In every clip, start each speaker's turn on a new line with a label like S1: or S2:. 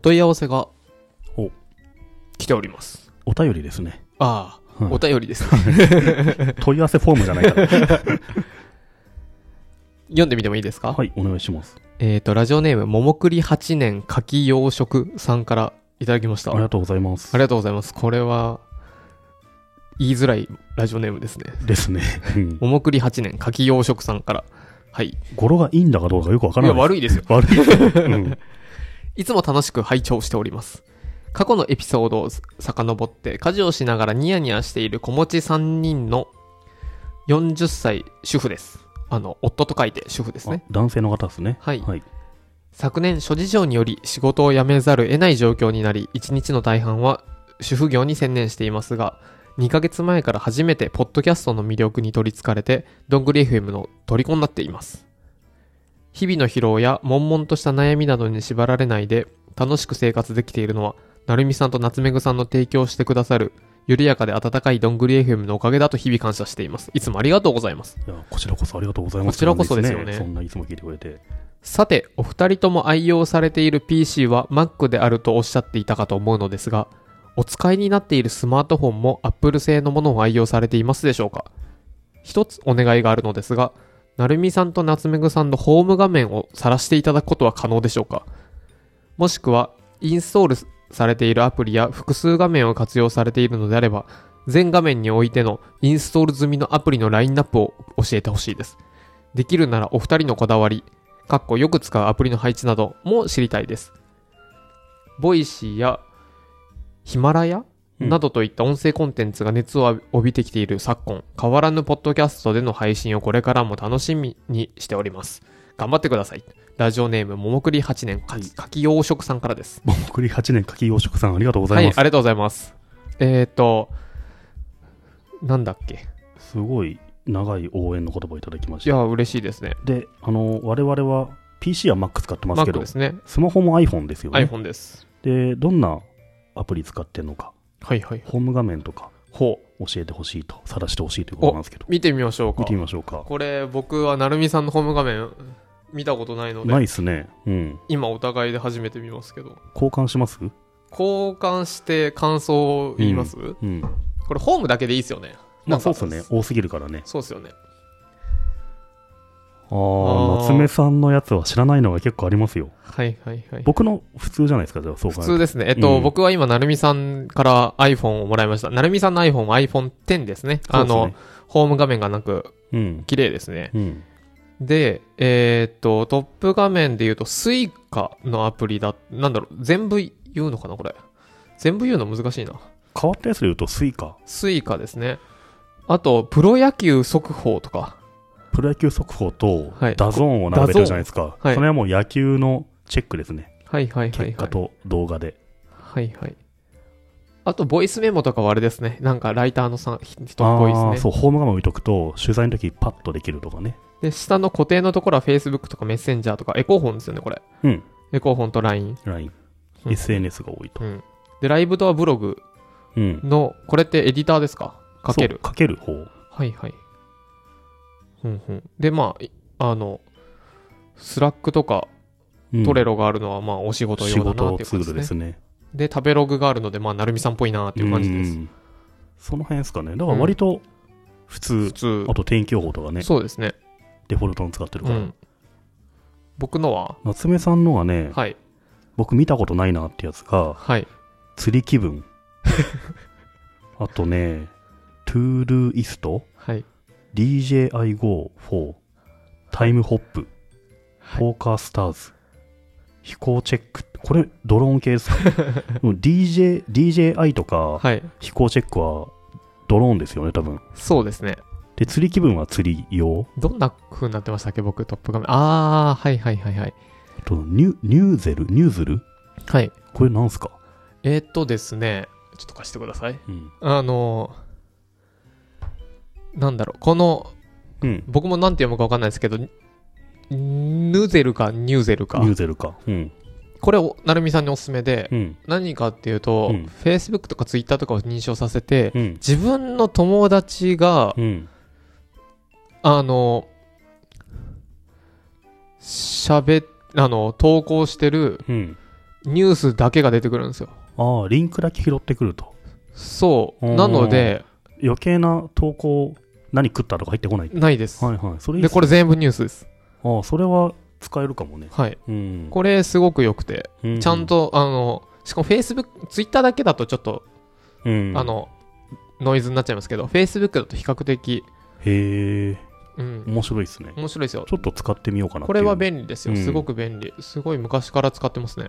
S1: 問い合わせが
S2: お
S1: 来ております。
S2: お便りですね。
S1: ああ、
S2: はい
S1: お便りです ね。
S2: 問い合わせフォームじゃないから。
S1: 読んでみてもいいですか、
S2: はい、お願いします。
S1: えっ、と、ラジオネーム、ももくり8年柿養殖さんからいただきました。
S2: あ
S1: あ
S2: り
S1: り
S2: がとうございます。
S1: がとうございます。これは、言いづらいラジオネームですね。
S2: です ね。うん
S1: ももくり8年柿養殖さんから。はい。い
S2: 語呂がいいんだかどうかよくわから
S1: や、
S2: ない。
S1: 悪いですよ。
S2: 悪い。 うん
S1: いつも楽しく拝聴しております。過去のエピソードを遡って、家事をしながらニヤニヤしている子持ち3人の40歳主婦です。あの、夫と書いて主婦ですね
S2: あ。男性の方ですね。
S1: はい
S2: はい。
S1: 昨年諸事情により仕事を辞めざるを得ない状況になり一日の大半は主婦業に専念していますが2ヶ月前から初めてポッドキャストの魅力に取りつかれてどんぐり FM の虜になっています日々の疲労や悶々とした悩みなどに縛られないで楽しく生活できているのはなるみさんと夏目ぐさんの提供してくださる緩やかで温かいどんぐり FM のおかげだと日々感謝していますいつもありがとうございます
S2: いや、こちらこそありがとうございます。
S1: こちらこそですよね
S2: そんないつも聞いてくれて。
S1: さて、お二人とも愛用されている PC は Mac であるとおっしゃっていたかと思うのですが、お使いになっているスマートフォンも Apple 製のものを愛用されていますでしょうか一つお願いがあるのですが、なるみさんと夏目ぐさんのホーム画面を晒していただくことは可能でしょうかもしくは、インストールされているアプリや複数画面を活用されているのであれば、全画面においてのインストール済みのアプリのラインナップを教えてほしいです。できるならお二人のこだわり、かっこよく使うアプリの配置なども知りたいです。ボイシーやヒマラヤ
S2: うん
S1: などといった音声コンテンツが熱を帯びてきている昨今、変わらぬポッドキャストでの配信をこれからも楽しみにしております。頑張ってください。ラジオネーム、ももくり8年、かき、かき養殖さんからです。
S2: ももくり8年柿養殖さんありがとうござ
S1: はいい、あ
S2: ま
S1: りが
S2: す。
S1: とうございます。えっ、ー、と、なんだっけ。
S2: すごい長い応援の言葉をいただきまし
S1: い
S2: た。
S1: や、嬉しいですね。
S2: で、あの、我々は PC は Mac 使ってますけ
S1: Mac
S2: ど
S1: で、すね。
S2: スマホも iPhone ですよね。
S1: iPhone です。
S2: で、どんなアプリ使ってんのか、
S1: はいはい。
S2: ホーム画面とか
S1: ほう。
S2: 教えてほしいと、晒してほしいということなんですけど、
S1: 見てみましょうか
S2: 見て。みましょうか。
S1: これ僕は成美さんのホーム画面見たことないの
S2: な
S1: で
S2: いっすね。うん。
S1: 今お互いで初めて見ますけど
S2: 交換します
S1: 交換して感想を言います、
S2: うん。
S1: これホームだけでいいですよね
S2: ま
S1: な
S2: あ
S1: ん
S2: そう
S1: か
S2: っすね。多すぎるからね。
S1: そうっすよねあ
S2: ああ、
S1: ー
S2: 夏目さんのやつは知らないのが結構ありますよ。
S1: はいはいはい
S2: 僕の普通じゃないですか、じゃあそう
S1: 普
S2: 考え
S1: 通
S2: る
S1: ですねえっと、
S2: うん
S1: 僕は今成美さんから iPhone をもらいました成美さんの iPhone は iPhone10 ですね
S2: と
S1: あの、ホーム画面がなく
S2: そうっすね
S1: 綺麗ですね
S2: うん。うん。
S1: でえーっとトップ画面で言うと Suica のアプリだなんだろう全部言うのかなこれ全部言うの難しいな
S2: 変わったやつで言うと、スイカ、
S1: スイカですね。あと、プロ野球速報とか。
S2: プロ野球速報と
S1: はい、
S2: ダゾーンを並べてるじゃないですか。
S1: ーンはい
S2: それはもう野球のチェックですね。
S1: はいはいはい、はい。
S2: 結果。と動画で。
S1: はいはい。あと、ボイスメモとかはあれですね。なんか、ライターのさん、ひ人
S2: あ
S1: のボイス
S2: あー
S1: ね。
S2: そう、ホーム画面置いとくと、取材の時パッとできるとかね。
S1: で、下の固定のところは Facebook とかメッセンジャーとか、エコーフォンですよね、これ。
S2: うん。
S1: エコーフォンと LINE。
S2: LINE、
S1: うん
S2: SNS が多いと。
S1: うん。で、ライブドアブログ
S2: うん。
S1: の、これってエディターですかかける
S2: そう。かける方。
S1: はいはい。うんうん。で、まあい、あの、スラックとか
S2: うん
S1: トレロがあるのは、まあ、お仕事
S2: 仕
S1: 用だなっ
S2: 事
S1: ていうこ
S2: ツ
S1: と
S2: ール
S1: で
S2: です
S1: ね。
S2: すね。
S1: で、食べログがあるので、まあ、なるみさんっぽいなっていう感じです。
S2: うんその辺ですかね。だから割と
S1: 普
S2: 普通。
S1: 通
S2: あと天気予報とかね、
S1: そうですね、
S2: デフォルトに使ってる
S1: う
S2: から。
S1: ん、僕のは
S2: 夏目さんのがね、
S1: はい
S2: 僕見たことないなってやつが、
S1: はい
S2: 釣り気 分。あとね、トゥールイスト、
S1: はい
S2: DJIGO4、タイムホップ、
S1: はい
S2: ポーカースターズ、飛行チェック。これ、ドローン系 ですかうん ?DJ、DJI とか、
S1: はい
S2: 飛行チェックはドローンですよね、多分。
S1: そうですね
S2: で、釣り気分は釣り用。
S1: どんな風になってましたっけ僕トップ画面ああはいはいはいはい
S2: あとニュ、ニューゼルニューズル
S1: はい
S2: これなんすか
S1: えー、っとですねちょっと貸してください
S2: うん。
S1: あのーなんだろうこの
S2: うん。
S1: 僕もなんて読むかわかんないですけどヌゼルかニューゼルか
S2: ニューゼルか。うん。
S1: これをなるみさんにおすすめで
S2: うん。
S1: 何かっていうと、
S2: うん
S1: Facebook とか Twitter とかを認証させて、
S2: うん。
S1: 自分の友達が、
S2: うん。
S1: あの、喋っ、あの、投稿してる
S2: うん。
S1: ニュースだけが出てくるんですよ。
S2: ああ、リンクだけ拾ってくると。
S1: そう。
S2: うん
S1: なので、
S2: 余計な投稿、何食ったとか入ってこない。
S1: ないです。
S2: はいはい。それいい
S1: で、
S2: っす
S1: これ全部ニュースです。
S2: ああ、それは使えるかもね。
S1: はい。
S2: うん。
S1: これすごく良くて、
S2: う
S1: ちゃん、と、あの、しかも Facebook、Twitter だけだとちょっと、
S2: うん、
S1: あ、の、ノイズになっちゃいますけど、Facebook だと比較的、
S2: へえ、
S1: うん、
S2: 面白いですね。
S1: 面白いですよ。
S2: ちょっと使ってみようかなって
S1: こ
S2: いう
S1: れは便利ですよ。
S2: うん
S1: すごく便利。すごい昔から使ってますね。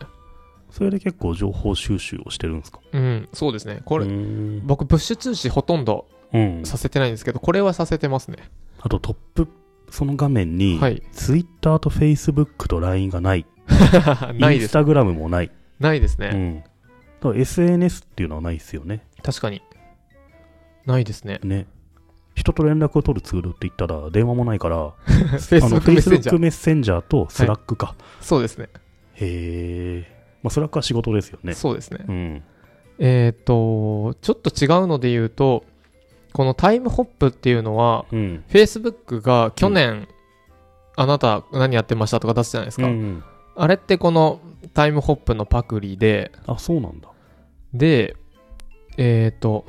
S2: それで結構情報収集をしてるんですか
S1: うん、そうですね。これ、
S2: うん。
S1: 僕、プッシュ通知ほとんど
S2: うん
S1: させてないんですけど、これはさせてますね。
S2: あとトップ、その画面に、
S1: はい。
S2: ツイッターとフェイスブックと LINE がない。
S1: ない
S2: イン
S1: で
S2: ス
S1: す。
S2: タグラムもない。
S1: ないですね。
S2: うん。だから SNS っていうのはないですよね。
S1: 確かに。ないですね。
S2: ね。人と連絡を取るツールって言ったら電話もないか ら、あの
S1: Facebook メッセンジャ
S2: Facebook
S1: ー。
S2: メッセンジャーとスラックか。
S1: そうですね。
S2: へえ。まあスラックは仕事ですよね。
S1: そうですね。
S2: うん。
S1: えっ、と、ちょっと違うので言うと、このタイムホップっていうのは、
S2: うん。
S1: Facebook が去年、あなた何やってましたとか出すじゃないです
S2: うん
S1: か。
S2: うん。
S1: あれってこのタイムホップのパクリで、
S2: あ、そうなんだ。
S1: で、えっ、と、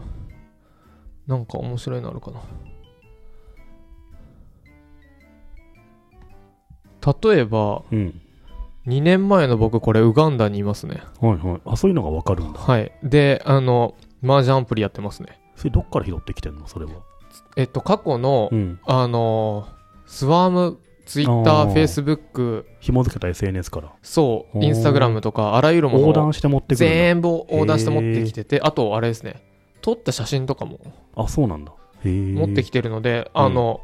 S1: なんか面白いのあるかな。例えば、
S2: うん。
S1: 2年前の僕、これ、ウガンダにいますね。
S2: はいはい。あ、そういうのがわかるんだ。
S1: はい。で、あの、麻雀アプリやってますね。
S2: それどっから拾ってきてんのそれは。
S1: えっと、過去の、
S2: うん。
S1: あのー、スワーム、ツイッタ
S2: あ
S1: ー、
S2: ー
S1: フェイスブック、
S2: 紐付けた SNS から。
S1: そう、
S2: おー
S1: インスタグラムとか、あらゆるも
S2: 横
S1: のを
S2: 断して持ってくるんだ。
S1: 全部横断して持ってきてて、あと、あれですね、撮った写真とかも
S2: あ、そうなんだ。へえ。
S1: 持って
S2: き
S1: きてるので、
S2: うん
S1: あの、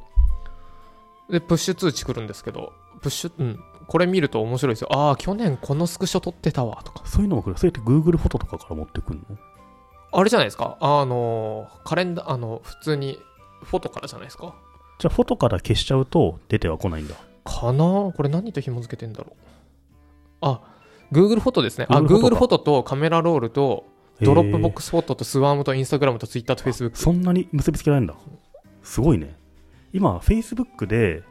S1: で、プッシュ通知来るんですけど、プッシュ、うん、これ見ると面白いですよ。ああ、去年このスクショ撮ってたわ、とか。
S2: そういうのも来る。それって Google フォトとかから持ってくるの
S1: あれじゃないですか、あのー、カレンダー、あの、普通に、フォトからじゃないですか。
S2: じゃあ、フォトから消しちゃうと出ては来ないんだ。
S1: かなこれ何と紐付けてんだろうあ Google フォトですねあ
S2: Google フォト
S1: Google
S2: か
S1: フォトとカメラロールとドロップボッ
S2: ク
S1: クスフォトとスワームとインスタグラムとツイッターとフェイスブック
S2: そんなに結びつけられるんだ。すごいね。今、Facebook で、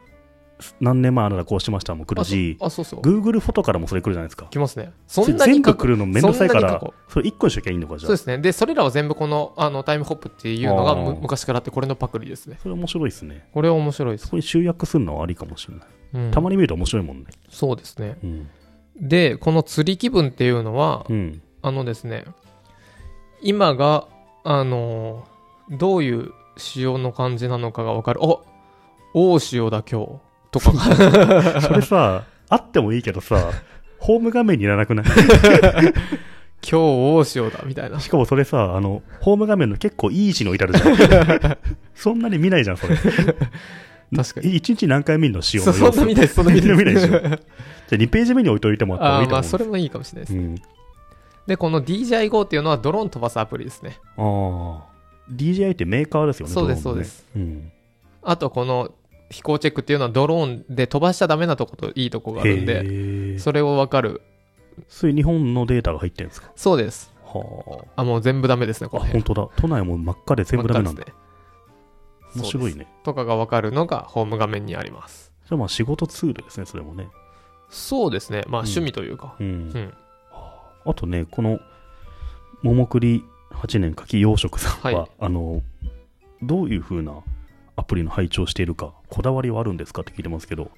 S2: 何年前あなたこうしましたも来るし、
S1: あそうそう
S2: Google フォトからもそれ来るじゃないですか。
S1: 来ますねそんなに
S2: 全
S1: 過
S2: 部
S1: 去
S2: 来るのめんどくさい
S1: そ
S2: か
S1: んなに
S2: ら
S1: 過去、
S2: それ1個にしときゃいいのか、じ
S1: そう
S2: ゃあ
S1: で。すねでそれらは全部このあのタイムホップっていうのがむ
S2: あー
S1: 昔からあってこれのパクリですね
S2: それ面白いですね。
S1: これは面白いです
S2: そ、こに集約するのはありかもしれない。
S1: うん
S2: たまに見ると面白いもんね。
S1: そうですね
S2: うん。
S1: でこの釣り気分っていうのは
S2: うん。
S1: あのですね今があのーどういう潮の感じなのかが分かるお大潮だ今日と か
S2: それさ、あってもいいけど さ、ホーム画面にいらなくない
S1: 今日大潮だみたいな
S2: しかもそれさ、あの、ホーム画面の結構いい位置に置いてあるじゃん。 そんなに見ないじゃん、それ。
S1: 確かに
S2: に。一日何回見るの、仕様
S1: そ
S2: の
S1: そ
S2: 様
S1: ん
S2: 子
S1: な見ないですそんな
S2: みんな 見
S1: 見な
S2: な
S1: いい
S2: で
S1: です
S2: しょじゃあ2ページ目に置いといてもら
S1: あー
S2: っても
S1: まあ
S2: いいと
S1: そ
S2: 思
S1: れもいいかもしれないです、
S2: う。うん。
S1: でこの DJI-GO っていうのはドローン飛ばすアプリですね
S2: ああ。DJI ってメーカーですよね、
S1: そうです
S2: ド
S1: そ
S2: ロ
S1: う
S2: ーン
S1: で
S2: のね
S1: すあとこの飛行チェックっていうのはドローンで飛ばしちゃダメなとこといいとこがあるん
S2: うん。
S1: で
S2: へえ。
S1: それを分かる
S2: それ日本のデータが入ってるんですか
S1: そうです
S2: は
S1: あもう全部ダメですねこ
S2: あ。あ、
S1: の
S2: 本
S1: 辺
S2: 当だ。都内も真っ赤で全部ダメなん
S1: 真
S2: だ
S1: っ。赤ですね
S2: 面白いね。
S1: とかが分かるのがホーム画面にあります
S2: じゃあまあ仕事ツールですね、それもね。
S1: そうですね。まあ
S2: うん
S1: 趣味というか。
S2: うん。
S1: うん。
S2: あとね、この、桃栗8年柿養殖さんは、
S1: はい
S2: あの、どういうふうなアプリの配置をしているか、こだわりはあるんですかって聞いてますけど、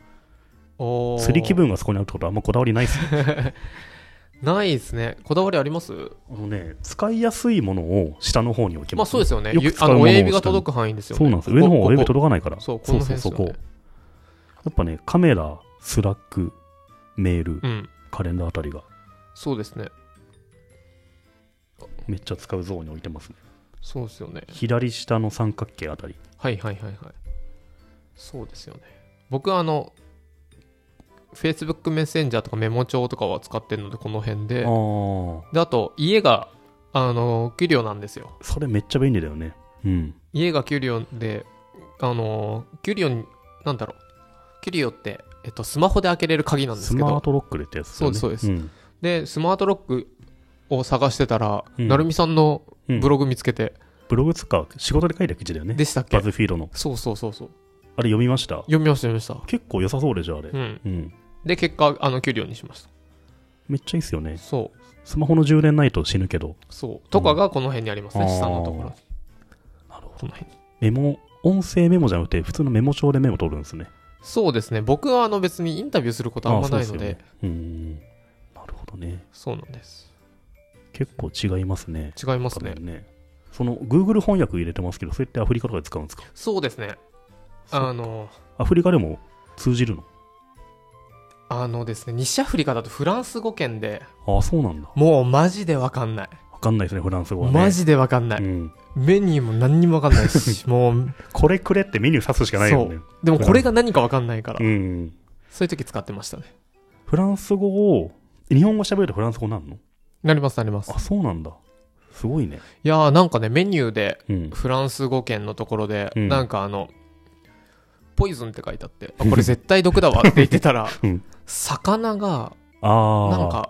S1: おー
S2: 釣り気分がそこにあるってことはあんまこだわりないですね。
S1: ないですね。こだわりあります
S2: あのね、使いやすいものを下の方に置き
S1: ま
S2: ま
S1: あ
S2: す。
S1: そうですよね。
S2: よく
S1: ゆ
S2: 使
S1: あ
S2: うも
S1: の
S2: のを
S1: 親指が届く範囲ですよね。
S2: そうなんです。上の方は親指
S1: く。
S2: 届かないから。
S1: そう、こ
S2: そ
S1: の
S2: うそ
S1: 辺
S2: う、
S1: です
S2: そ
S1: よ
S2: こ。
S1: ね
S2: やっぱね、カメラ、スラック、メール、
S1: うん。
S2: カレンダーあたりが
S1: そうですね。
S2: めっちゃ使うゾーンに置いてますね。
S1: そうですよね。
S2: 左下の三角形あたり。
S1: はいはいはいはい。そうですよね。僕はあの、Facebook メッセンジャーとかメモ帳とかは使ってるので、この辺で
S2: あ。あ。
S1: で、あと、家が、あの、給料なんですよ。
S2: それめっちゃ便利だよね。うん。
S1: 家がキュリオで、あのーキュリオに、なんだろう、キュリオって、えっと、スマホで開けれる鍵なんで
S2: ス
S1: すけ
S2: マー
S1: ど、
S2: トロックでってやつだよね
S1: そうですそ
S2: うん
S1: で、スマートロックを探してたら、
S2: うん
S1: なるみさんの
S2: うん
S1: ブログ見つけて、
S2: ブログつか仕事で書いた記事だよね。
S1: でしたっけ
S2: バズフィードの。
S1: そうそうそうそう。
S2: あれ読みました。
S1: 読みました、読みました。
S2: 結構良さそうでじゃああれ
S1: う。ん。
S2: うん。
S1: で、結果、あの、キュリオにしまし
S2: めっちゃいいっすよね
S1: た。。そう。
S2: スマホの充電ないと死ぬけど、
S1: そう。とかがこの辺にありますね、
S2: うん
S1: 下のところ。
S2: なるほど
S1: この辺。
S2: メモ、音声メモじゃなくて、普通のメモ帳でメモ取るんですね。
S1: そうですね。僕はあの別にインタビューすることあんまないので、そう
S2: うーん。なるほどね。
S1: なんです。
S2: 結構違いますね。
S1: 違いますね
S2: 多。分ね。その、Google 翻訳入れてますけど、それってアフリカとかで使うんですか
S1: そうですね。
S2: そう
S1: あの、
S2: アフリカでも通じるの
S1: あのですね、西アフリカだとフランス語圏で、
S2: ああ、そうなんだ。
S1: もうマジでわかんない。
S2: わかんないですね、フランス語はね。
S1: マジでわかんな
S2: う
S1: い。
S2: ん。
S1: メニューも何にもわかんない し、もう、
S2: これくれってメニュー指すしかないよね。
S1: でもこれが何かわかんないから、
S2: うん。
S1: そういう時使ってましたね。
S2: フランス語を、日本語喋るとフランス語なんの
S1: なります、なります。
S2: あ、そうなんだ。すごいね。
S1: いやーなんかね、メニューで、
S2: うん。
S1: フランス語圏のところで、
S2: うん、
S1: なんかあの、ポイズンって書いてあって、あこれ絶対毒だわって言ってたら
S2: うん
S1: 魚が、
S2: ああ。
S1: なん。か、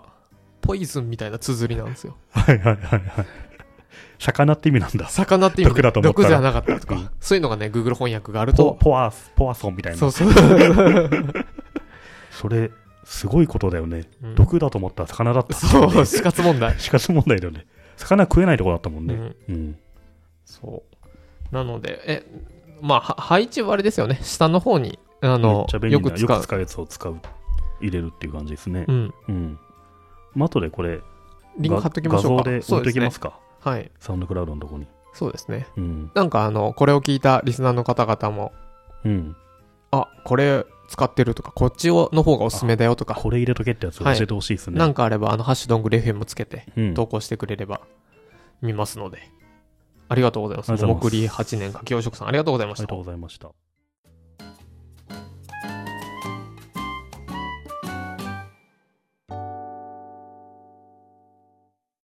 S1: ポイズンみたいな綴りなんですよ。
S2: はいはいはいはい。魚って意味なんだ。
S1: 魚って意味で
S2: 毒だと思った
S1: 毒
S2: ら
S1: じゃなかったとか、
S2: うん
S1: そういうのがね、Google 翻訳がある
S2: ポ
S1: と、
S2: ポアス、ポアソンみたいな。
S1: そうそう。
S2: それ、すごいことだよね。
S1: うん
S2: 毒だと思ったら魚だった。
S1: そう、死活問題。
S2: 死活問題だよね。魚食えないとこだったもん
S1: う
S2: ね。
S1: ん、
S2: うん。
S1: そう。なので、え、まあ、は配置はあれですよね。下の方に、あ
S2: めっ
S1: の
S2: ちゃ、便利
S1: よ
S2: な
S1: く使
S2: よく
S1: う。
S2: 使うやつを使う。入れるっていう感じですね
S1: う。ん。
S2: うん。まあ、後でこれ、
S1: リンク
S2: が
S1: 貼っときましょうか。
S2: 画像で置いとき
S1: そう
S2: ま
S1: です
S2: すか。
S1: ね。はい。
S2: サウンドクラウドのとこに。
S1: そうですね。
S2: うん。
S1: なんかあの、これを聞いたリスナーの方々も、
S2: うん。
S1: あ、これ使ってるとか、こっちをの方がおすすめだよとか、
S2: これ入れとけってやつを教えてほしいですね。
S1: なんかあれば、あの、ハッシュドングレフェもつけて、
S2: うん
S1: 投稿してくれれば、見ますので。ありがとうございま
S2: あり
S1: す。
S2: がとう
S1: も
S2: ございます
S1: くり8年、かきおしょくさん、ありがとうございま
S2: あり
S1: し
S2: が
S1: た
S2: とう。ございました。